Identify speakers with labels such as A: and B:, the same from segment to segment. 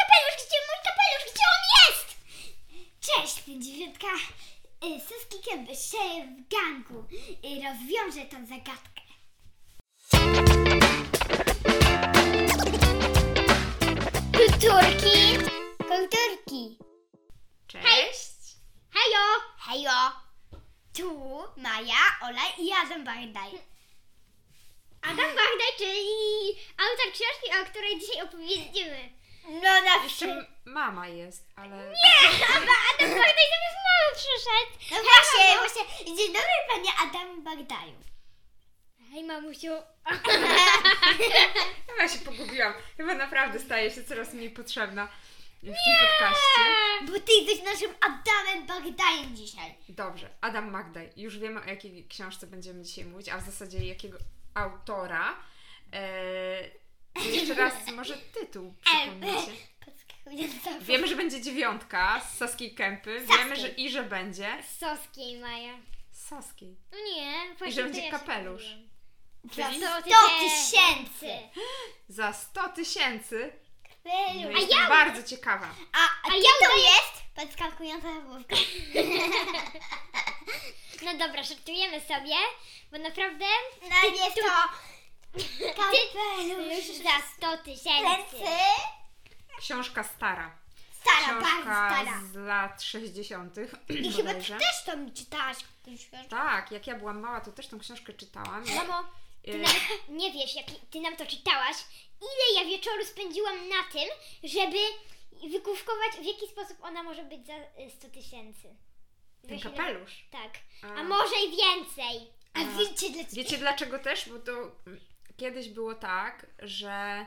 A: Y, Kiedy się w gangu y, rozwiąże tą zagadkę. Kulturki! Kulturki!
B: Cześć!
A: Hejo! Hejo! Tu Maja, Ola i Adam Bardaj.
B: Adam Bardaj, czyli autor książki, o której dzisiaj opowiedziemy.
A: No na
B: Jeszcze mama jest, ale...
A: Adam Bardaj zamiast mamy przyszedł. No właśnie, właśnie. Dzień dobry panie Adam Bardaju.
B: Hej mamusiu! Chyba się pogubiłam. Chyba naprawdę staje się coraz mniej potrzebna w tym podcaście.
A: Bo ty jesteś naszym Adamem Bagdajem dzisiaj.
B: Dobrze, Adam Magdaj. Już wiemy o jakiej książce będziemy dzisiaj mówić, a w zasadzie jakiego autora. Eee, jeszcze raz może tytuł przypomnijcie. Wiemy, że będzie dziewiątka z Saskiej Kępy. Wiemy, że i że będzie
C: Soskiej Maja.
B: z Saskiej.
C: No nie,
B: I że będzie kapelusz.
A: Za
B: Czyli
A: 100 tysięcy.
B: za 100 tysięcy. No,
A: Bylu.
B: jestem bardzo ciekawa.
A: A, a, ja to jest? Podskakująca główka.
C: No dobra, żartujemy sobie, bo naprawdę
A: No jest to
C: już
A: kapelusz
C: za 100 tysięcy.
A: ręce.
B: Książka stara.
A: Stara, bardzo
B: Książka
A: stara.
B: z lat 60.
A: I chyba ty
B: bodajże.
A: też tam czytałaś.
B: Tak, jak ja byłam mała, to też tą książkę czytałam.
A: No,
C: Mamo, ty
B: Eee,
C: nawet nie wiesz, jak ty nam to czytałaś, ile ja wieczoru spędziłam na tym, żeby wykówkować, w jaki sposób ona może być za y, 100 tysięcy.
B: Ten
C: Wiesz, ile-
B: kapelusz.
C: Tak.
B: A.
C: A może i więcej.
A: A wiecie dlaczego?
B: Wiecie dlaczego też? Bo to mm, kiedyś było tak, że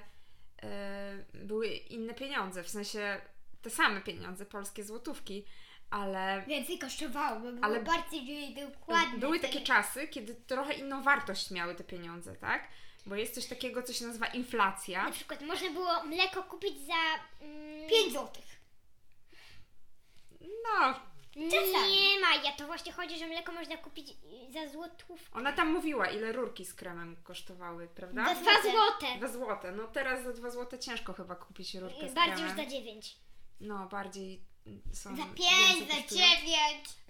B: e, były inne pieniądze, w sensie te same pieniądze, polskie złotówki, ale
A: Więcej kosztowało, bo było
B: Ale-
A: bardziej dokładne.
B: były takie czasy, kiedy trochę inną wartość miały te pieniądze, tak? Bo jest coś takiego, co się nazywa inflacja.
C: Na przykład można było mleko kupić za... Mm,
A: 5 złotych.
B: No,
A: Czasami.
C: Nie ma, ja to właśnie chodzi, że mleko można kupić y, za złotówkę.
B: ona tam mówiła, ile rurki z kremem kosztowały, prawda?
A: Za
C: Dwa złote.
B: Dwa złote. No teraz za dwa złote ciężko chyba kupić rurkę z
C: Bardziej już za
B: kremem.
C: dziewięć.
B: No, bardziej mm, są
A: Za
B: więcej
A: 5, za
B: kosztują.
A: 9.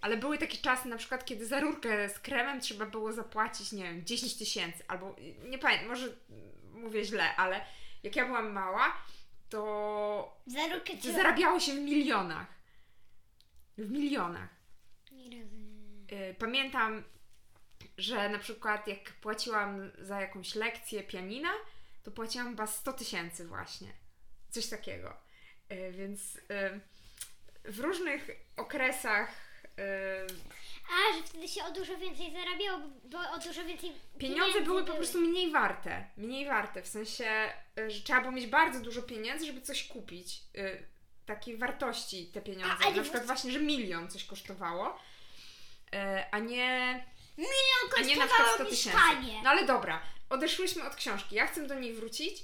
B: Ale były takie czasy, na przykład, kiedy za rurkę z kremem trzeba było zapłacić, nie wiem, 10 tysięcy albo y, nie pamiętam, może mm, mówię źle, ale jak ja byłam mała, to,
A: Za rurkę
B: to
A: trzeba-
B: zarabiało się w milionach. W milionach.
C: Nie rozumiem.
B: Y, Pamiętam, że na przykład jak płaciłam za jakąś lekcję pianina, to płaciłam chyba 100 tysięcy właśnie. Coś takiego. Y, Więc y, w różnych okresach y,
C: A, że wtedy się o dużo więcej zarabiało, bo o dużo więcej
B: Pieniądze były po prostu mniej warte. Mniej warte, w sensie, y, że trzeba było mieć bardzo dużo pieniędzy, żeby coś kupić. y, Takiej wartości te pieniądze.
A: ale
B: na przykład właśnie, że milion coś kosztowało, y, a nie, a nie na przykład 100
A: kosztowało
B: tysięcy.
A: mieszkanie.
B: No ale dobra, odeszłyśmy od książki. Ja chcę do niej wrócić.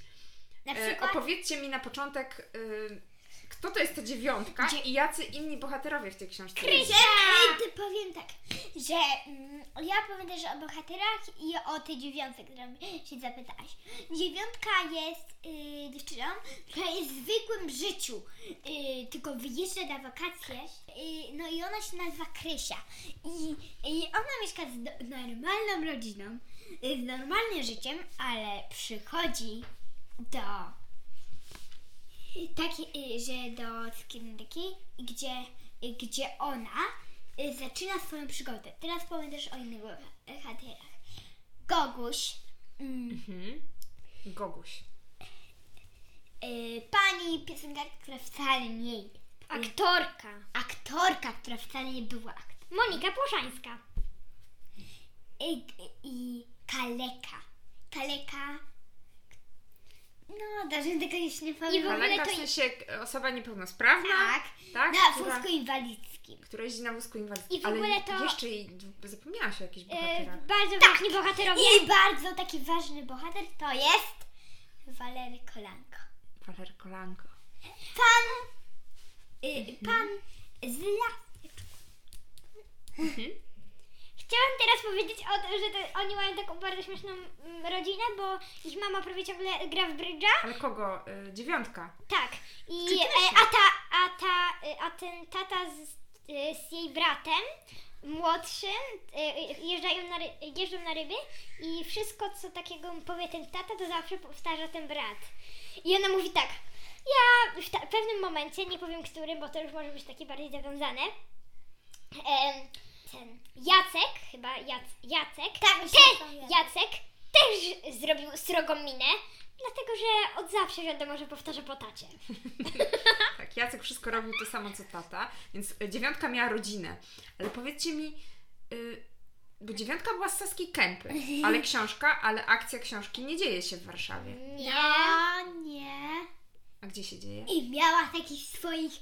A: Na
B: Y,
A: E, przykład
B: Opowiedzcie mi na początek, y, kto to jest ta dziewiątka i jacy inni bohaterowie w tej książce
A: Że,
B: są.
A: ej, ty powiem tak, że mm, ja powiem też o bohaterach i o tej dziewiątce, którą się zapytałaś. Dziewiątka jest y, dziewczyną, która jest w zwykłym życiu, y, tylko wyjeżdża na wakacje. Y, no i ona się nazywa Krysia. I, i ona mieszka z do, normalną rodziną, y, z normalnym życiem, ale przychodzi do taki, y, że do skierunki, gdzie, y, gdzie ona y, zaczyna swoją przygodę. Teraz powiem też o innych bohaterach. Goguś, mm,
B: Mhm. Goguś.
A: y, pani piosenkarka, która wcale nie jest.
C: Aktorka.
A: Aktorka, która wcale nie była aktorką.
C: Monika Płoszańska.
A: I, y, I kaleka. Kaleka. No, dobrze, tego już nie
C: I w
A: pamiętam.
C: ogóle
B: Kaleka, w
C: to-
B: sensie k- osoba niepełnosprawna.
A: Tak,
B: Tak,
A: na
B: która-
A: wózku inwalidzkim.
B: która jeździ na wózku inwalidzkim.
C: I w ogóle to-
B: Ale jeszcze jej zapomniałaś o jakichś
C: E,
B: bohaterach.
C: bardzo ważni bohaterowie.
A: Tak. I bardzo taki ważny bohater to jest Walery Kolanko.
B: Waler Kolanko.
A: Pan, y,
C: Mhm.
A: pan z las.
C: Chciałam teraz powiedzieć, o, tym, że to, oni mają taką bardzo śmieszną mm, rodzinę, bo ich mama prawie ciągle gra w brydża.
B: Ale kogo? Y, dziewiątka.
C: Tak. I
A: Czy
C: e,
A: Krysia?
C: a, ta, a, ta, e, a ten tata z, e, z jej bratem młodszym y, y, jeżdżają na ry- jeżdżą na ryby i wszystko, co takiego mu powie ten tata, to zawsze powtarza ten brat. I ona mówi tak, ja w ta- pewnym momencie, nie powiem którym, bo to już może być takie bardziej zawiązane, em, ten Jacek, chyba Jac, Jacek,
A: Tak, już nie
C: te,
A: pamiętam.
C: Jacek też zrobił srogą minę, dlatego że od zawsze wiadomo, że powtarza po tacie.
B: Tak, Jacek wszystko robił to samo co tata, więc y, dziewiątka miała rodzinę. Ale powiedzcie mi, y, bo dziewiątka była z Saski Kępy, ale książka, ale akcja książki nie dzieje się w Warszawie.
C: Nie.
A: No, nie.
B: A gdzie się dzieje?
A: I miała takich swoich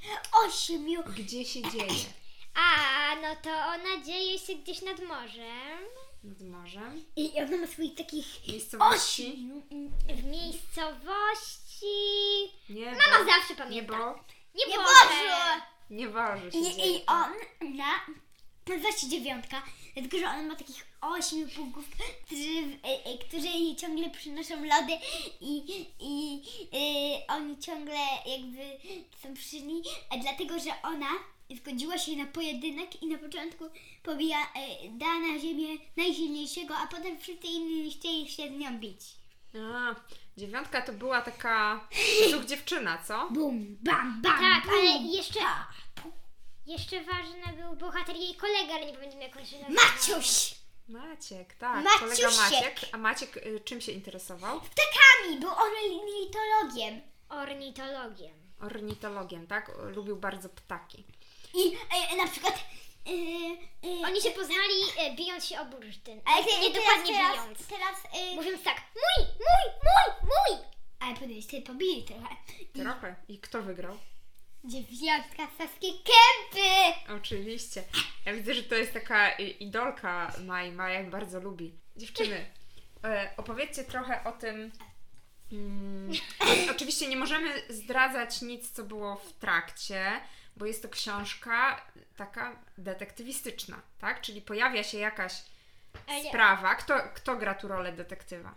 A: ośmiu.
B: Gdzie się dzieje?
C: A, no to ona dzieje się gdzieś nad morzem.
B: Nad morzem?
A: I ona ma swoich takich
B: Miejscowości?
A: ośmiu.
C: W miejscowości.
B: Nie,
C: Mama
B: bo,
C: No, zawsze
B: nie,
C: pamięta.
B: bo,
C: Nie,
A: Nie
C: Boże!
A: Boże!
B: nie Boże się
A: I,
B: dzieje.
A: i on na, nazywa się dziewiątka, dlatego że ona ma takich ośmiu pugów, którzy, y, y, którzy jej ciągle przynoszą lody i, i y, oni ciągle jakby są przy niej, a dlatego że ona zgodziła się na pojedynek i na początku pobija, y, da na ziemię najsilniejszego, a potem wszyscy inni chcieli się z nią bić.
B: A, dziewiątka to była taka duch dziewczyna, co?
A: Bum, bam, bam,
C: Tak,
A: bum.
C: ale jeszcze. Jeszcze ważny był bohater jej kolega, ale nie pamiętam jak on się nazywa.
A: Maciuś!
B: Maciek, tak, kolega
A: Maciusiek.
B: Maciek. A Maciek y, czym się interesował?
A: Ptakami, był on litologiem.
C: Ornitologiem.
B: Ornitologiem, tak? O, Lubił bardzo ptaki.
A: I e, na przykład. E, e,
C: Oni się poznali e, bijąc się o bursztyn.
A: ale
C: nie,
A: te-
C: nie
A: teraz,
C: dokładnie
A: teraz,
C: bijąc.
A: Teraz. E,
C: Mówiąc tak, mój, mój, mój, mój!
A: ale powinien się pobili trochę.
B: Trochę. I kto wygrał?
A: Dziewiątka Saskiej Kępy!
B: Oczywiście. Ja widzę, że to jest taka y, idolka Maj. Maja jak bardzo lubi. Dziewczyny, e, opowiedzcie trochę o tym. Mm, oczywiście nie możemy zdradzać nic, co było w trakcie, bo jest to książka taka detektywistyczna, tak? Czyli pojawia się jakaś
C: Ale nie.
B: sprawa. Kto, kto gra tu rolę detektywa?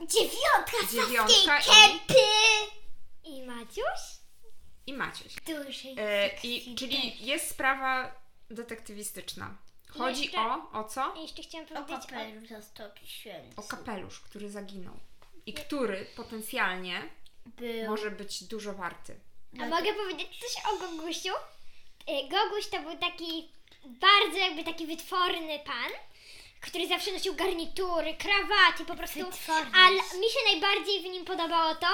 A: Dziewiątka
B: Dziewiątka
A: Saskiej
B: i-
A: Kępy!
C: I Maciuś?
B: I Maciuś.
A: Duży.
B: E,
A: seksy
B: i, czyli jest sprawa detektywistyczna. Chodzi
C: Jeszcze-
B: o, o co?
C: I jeszcze chciałam
A: O
C: powiedzieć o,
A: kapelusz za stoki
B: O kapelusz, który zaginął. I który potencjalnie
A: Był.
B: może być dużo warty.
C: A mogę powiedzieć coś o Gogusiu? Y, Goguś to był taki bardzo jakby taki wytworny pan, który zawsze nosił garnitury, krawaty, po prostu.
A: Wytworny.
C: Ale mi się najbardziej w nim podobało to,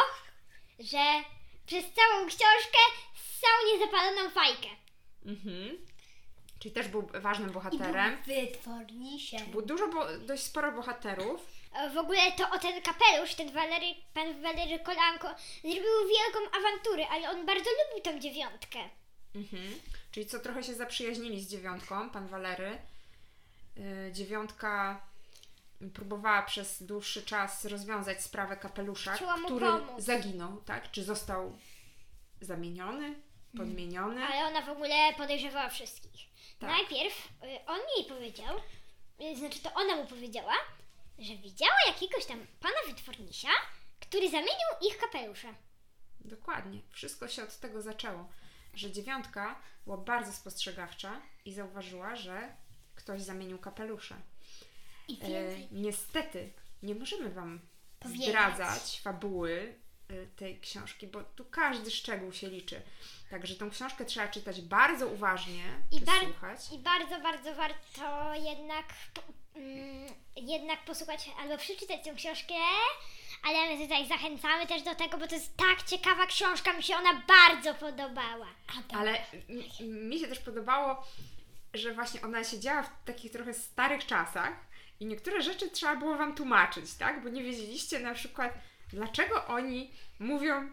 C: że przez całą książkę ssał niezapaloną fajkę.
B: Mhm. Czyli też był ważnym
A: I był
B: bohaterem.
A: wytwornisiem.
B: Było dużo, bo, dość sporo bohaterów.
C: E, W ogóle to o ten kapelusz, ten Walery, pan Walery Kolanko, zrobił wielką awanturę, ale on bardzo lubił tą dziewiątkę.
B: Mhm. Czyli co trochę się zaprzyjaźnili z dziewiątką, pan Walery. Yy, dziewiątka próbowała przez dłuższy czas rozwiązać sprawę kapelusza,
C: Chciała mu
B: który
C: pomóc.
B: zaginął, tak? Czy został
C: Mm.
B: zamieniony, podmieniony?
C: Ale ona w ogóle podejrzewała wszystkich.
B: Tak.
C: Najpierw y, on jej powiedział, y, znaczy to ona mu powiedziała, że widziała jakiegoś tam pana wytwornisia, który zamienił ich kapelusze.
B: Dokładnie. Wszystko się od tego zaczęło, że dziewiątka była bardzo spostrzegawcza i zauważyła, że ktoś zamienił kapelusze.
A: I
B: E,
A: więcej.
B: niestety, nie możemy Wam
A: Powiedzieć.
B: zdradzać fabuły e, tej książki, bo tu każdy szczegół się liczy. Także tą książkę trzeba czytać bardzo uważnie
C: I
B: czy
C: bar-
B: słuchać.
C: I bardzo, bardzo warto jednak, po, mm, jednak posłuchać albo przeczytać tę książkę, ale my tutaj zachęcamy też do tego, bo to jest tak ciekawa książka, mi się ona bardzo podobała.
A: A to-
B: Ale m- m- mi się też podobało, że właśnie ona siedziała w takich trochę starych czasach i niektóre rzeczy trzeba było wam tłumaczyć, tak? Bo nie wiedzieliście na przykład, dlaczego oni mówią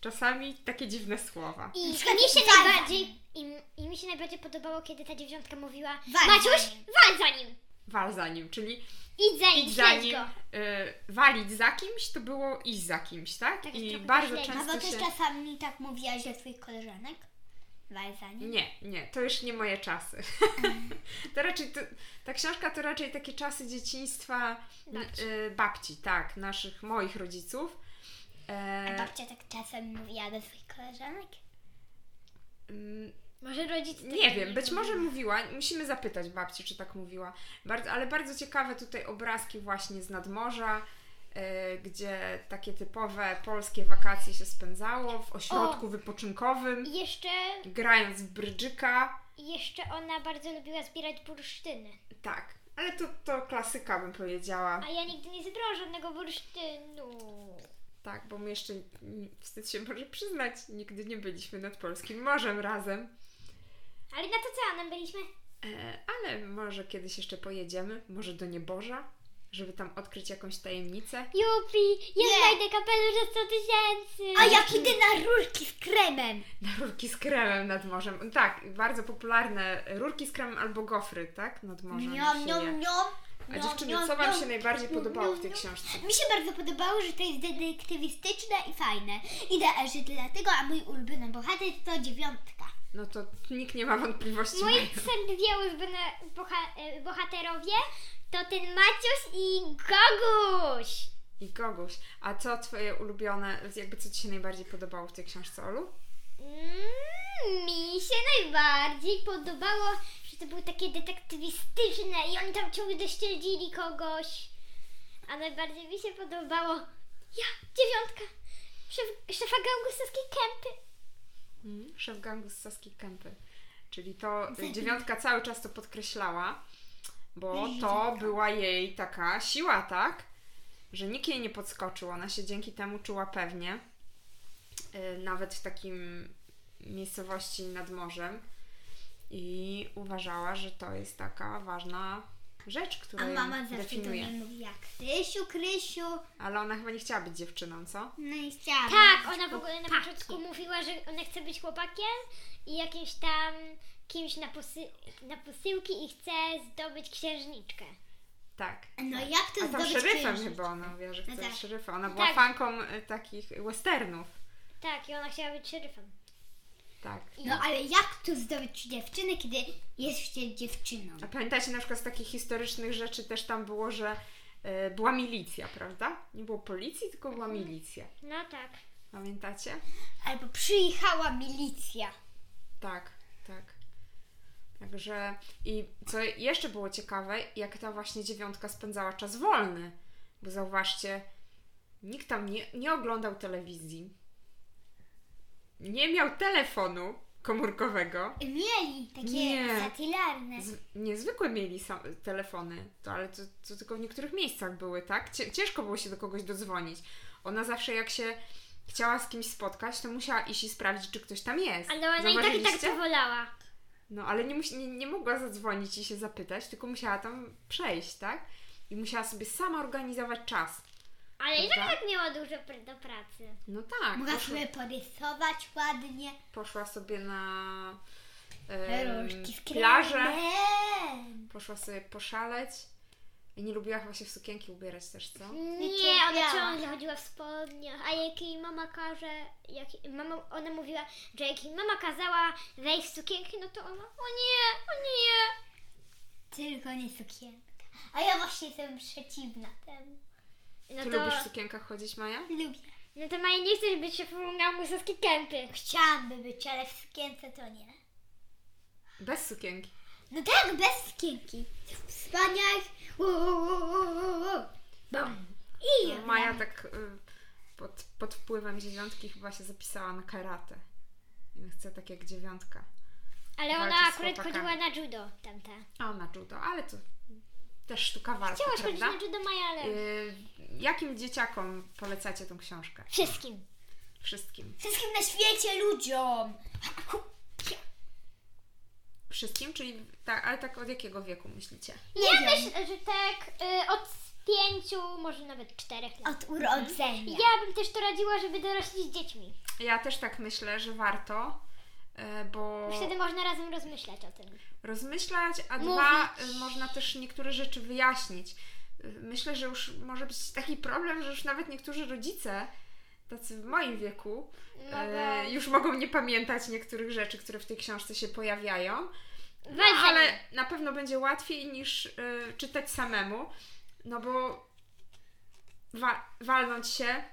B: czasami takie dziwne słowa.
C: I mi
A: przykład
C: się
A: wal za
C: najbardziej, i, i mi się najbardziej podobało, kiedy ta dziewiątka mówiła
A: Wal za
C: Maciuś,
A: nim."
C: wal za nim!
B: Wal za nim, czyli
C: Idź za nim,
B: idź za
C: śledź
B: nim,
C: go!
B: y, walić za kimś, to było iść za kimś, tak?
C: Tak,
B: I
C: trochę
B: bardzo
C: śledzić.
A: A bo
B: często
A: też
B: się...
A: czasami tak mówiłaś do swoich koleżanek. Walzani.
B: Nie, nie, to już nie moje czasy. Mm. to raczej, to, ta książka to raczej takie czasy dzieciństwa
C: Babci.
B: babci, babci tak, naszych, moich rodziców.
A: A
B: E,
A: tak babcia tak czasem mówiła do swoich koleżanek.
B: mm,
C: Może rodzice...
B: Nie wiem, być może mówiła, musimy zapytać babci, czy tak mówiła. Bardzo, ale bardzo ciekawe tutaj obrazki właśnie z nadmorza, y, gdzie takie typowe polskie wakacje się spędzało w ośrodku wypoczynkowym,
C: Jeszcze,
B: grając w brydżyka.
C: jeszcze ona bardzo lubiła zbierać bursztyny.
B: Tak, ale to, to klasyka bym powiedziała.
C: A ja nigdy nie zebrałam żadnego bursztynu.
B: Tak, bo my jeszcze, mm, wstyd się może przyznać, nigdy nie byliśmy nad polskim morzem razem.
C: Ale na to co nam byliśmy?
B: E, ale może kiedyś jeszcze pojedziemy, może do Nieborza, żeby tam odkryć jakąś tajemnicę.
C: Jupi, ja
A: Nie.
C: znajdę kapelusz za 100 tysięcy.
A: A jak idę na rurki z kremem.
B: Na rurki z kremem nad morzem. Tak, bardzo popularne rurki z kremem albo gofry, tak? Nad morzem. się
A: Niom,
B: je.
A: niom, niom.
B: A
A: niom,
B: dziewczyny,
A: niom,
B: co Wam
A: niom.
B: się najbardziej podobało w tej
A: niom.
B: książce?
A: Mi się bardzo podobało, że to jest detektywistyczne i fajne. Idę, że dlatego, a mój ulubiony bohater to dziewiątka.
B: No to nikt nie ma wątpliwości.
C: Moi
B: Maja.
C: są dwie ulubione boha- e, bohaterowie, to ten Maciuś i Goguś.
B: I Goguś. A co Twoje ulubione, jakby co Ci się najbardziej podobało w tej książce, Olu?
C: Mm, mi się najbardziej podobało, że to było takie detektywistyczne i oni tam ciągle śledzili kogoś. A najbardziej mi się podobało ja, dziewiątka, szef, szefa gangustowskiej kępy.
B: Mhm. Szef gangu z Saski Kępy. Czyli to y, dziewiątka cały czas to podkreślała, bo to była jej taka siła, tak? Że nikt jej nie podskoczył. Ona się dzięki temu czuła pewnie. Y, Nawet w takim miejscowości nad morzem. I uważała, że to jest taka ważna rzecz,
A: A
B: która ją
A: mama zawsze do
B: definiuje.
A: mnie mówiła, Krysiu, Krysiu.
B: Ale ona chyba nie chciała być dziewczyną, co?
A: No i chciałam.
C: Tak,
A: być
C: ona w ogóle na
A: chłopakiem.
C: początku mówiła, że ona chce być chłopakiem i jakimś tam kimś na, posy- na posyłki i chce zdobyć księżniczkę.
B: Tak.
A: No jak to
B: A tam
A: zdobyć
B: szeryfem
A: księżyc?
B: chyba ona mówiła, że
A: No
B: chce
A: tak.
B: szeryfa. Ona była
C: Tak.
B: fanką y, takich westernów.
C: Tak, i ona chciała być szeryfem.
B: Tak.
A: No ale jak to zdobyć dziewczynę, kiedy jest się dziewczyną?
B: A pamiętacie na przykład z takich historycznych rzeczy też tam było, że e, była milicja, prawda? Nie było policji, tylko była
A: Mhm.
B: milicja.
C: No tak.
B: Pamiętacie?
A: Albo przyjechała milicja.
B: Tak, tak. Także i co jeszcze było ciekawe, jak ta właśnie dziewiątka spędzała czas wolny, bo zauważcie, nikt tam nie, nie oglądał telewizji, nie miał telefonu komórkowego,
A: Mieli takie
B: Nie.
A: satelarne.
B: Z, niezwykłe mieli sam, telefony, to, ale to, to tylko w niektórych miejscach były, tak? Cie- Ciężko było się do kogoś dodzwonić. Ona zawsze jak się chciała z kimś spotkać, to musiała iść i sprawdzić, czy ktoś tam jest.
C: Ale ona i tak i tak
B: Zauważyliście?
C: to wolała.
B: No, ale nie, musi- nie, nie mogła zadzwonić i się zapytać, tylko musiała tam przejść, tak? I musiała sobie sama organizować czas.
C: Ale i tak,
B: Prawda?
C: tak miała dużo pr- do pracy.
B: No tak,
A: Mogła
B: poszła,
A: sobie porysować ładnie.
B: poszła sobie na em,
A: Różki z
B: plażę,
A: kremem.
B: poszła sobie poszaleć. I nie lubiła chyba się w sukienki ubierać też, co?
C: Nie,
A: cierpiała.
C: ona ciągle chodziła w spodniach, a jak jej mama każe, jak mama, ona mówiła, że jak jej mama kazała wejść w sukienkę, no to ona, o nie, o nie.
A: Tylko nie sukienka. A ja właśnie jestem przeciwna temu.
C: No
B: Ty
C: to,
B: lubisz w sukienkach chodzić, Maja?
A: Lubię.
C: no to Maja nie chcesz być szefową gamusowskiej kępy.
A: Chciałaby być, ale w sukience to nie.
B: Bez sukienki.
A: No tak, bez sukienki. W spaniach.
C: No.
A: Bam. I
B: Maja tak y, pod, pod wpływem dziewiątki chyba się zapisała na karate. I Chce tak jak dziewiątka.
C: Ale
B: Walczy
C: ona
B: z
C: akurat
B: chłopakami.
C: chodziła na judo tamta.
B: A na judo, ale to też sztuka walki,
C: Chciałaś chodzić
B: prawda?
C: na judo Maja, ale
B: Y, jakim dzieciakom polecacie tą książkę?
C: wszystkim.
B: Wszystkim.
A: Wszystkim na świecie ludziom.
B: Wszystkim? Czyli tak, ale tak od jakiego wieku myślicie?
C: Ja myślę, że tak y, od pięciu, może nawet czterech lat.
A: Od urodzenia.
C: Ja bym też to radziła, żeby dorośli z dziećmi.
B: Ja też tak myślę, że warto, y, bo
C: Wtedy można razem rozmyślać o tym.
B: rozmyślać, a
C: Mówić.
B: dwa y, można też niektóre rzeczy wyjaśnić. Y, Myślę, że już może być taki problem, że już nawet niektórzy rodzice, tacy w moim wieku,
C: Mogą-
B: y, już mogą nie pamiętać niektórych rzeczy, które w tej książce się pojawiają.
C: Weź
B: No,
C: za
B: ale
C: nim.
B: na pewno będzie łatwiej niż y, czytać samemu, no bo wa- walnąć się,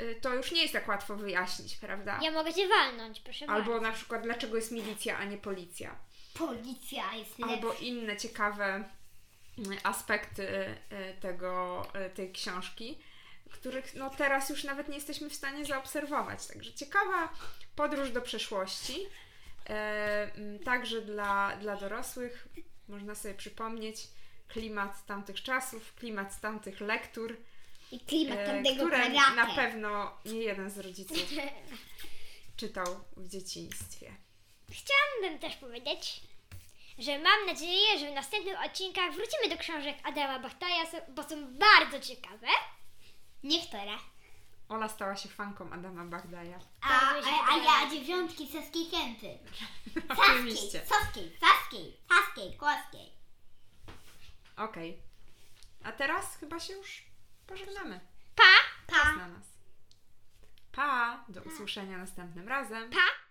B: y, to już nie jest tak łatwo wyjaśnić, prawda?
C: Ja mogę cię walnąć, proszę bardzo.
B: Albo na przykład dlaczego jest milicja, a nie policja.
A: Policja jest lepsza.
B: Albo inne ciekawe y, aspekty y, tego, y, tej książki, których no teraz już nawet nie jesteśmy w stanie zaobserwować. Także ciekawa podróż do przeszłości. Y, mm, Także dla, dla dorosłych można sobie przypomnieć klimat tamtych czasów, klimat tamtych lektur,
A: I klimat
B: y,
A: tamtego
B: które
A: karate.
B: na pewno nie jeden z rodziców czytał w dzieciństwie.
C: Chciałabym też powiedzieć, że mam nadzieję, że w następnych odcinkach wrócimy do książek Adama Bachtaja, są- bo są bardzo ciekawe.
A: Niektóre.
B: Ola stała się fanką Adama Bagdaja.
A: A,
C: Bardzo się
A: a, a
C: podoba.
A: ja dziewiątki saskiej kępy.
B: Oczywiście.
A: Saskiej, saskiej, saskiej, kłoskiej.
B: Okej. A teraz chyba się już pożegnamy.
C: Pa!
A: Pa.
B: Czas na nas. Pa! Do usłyszenia następnym razem.
C: Pa!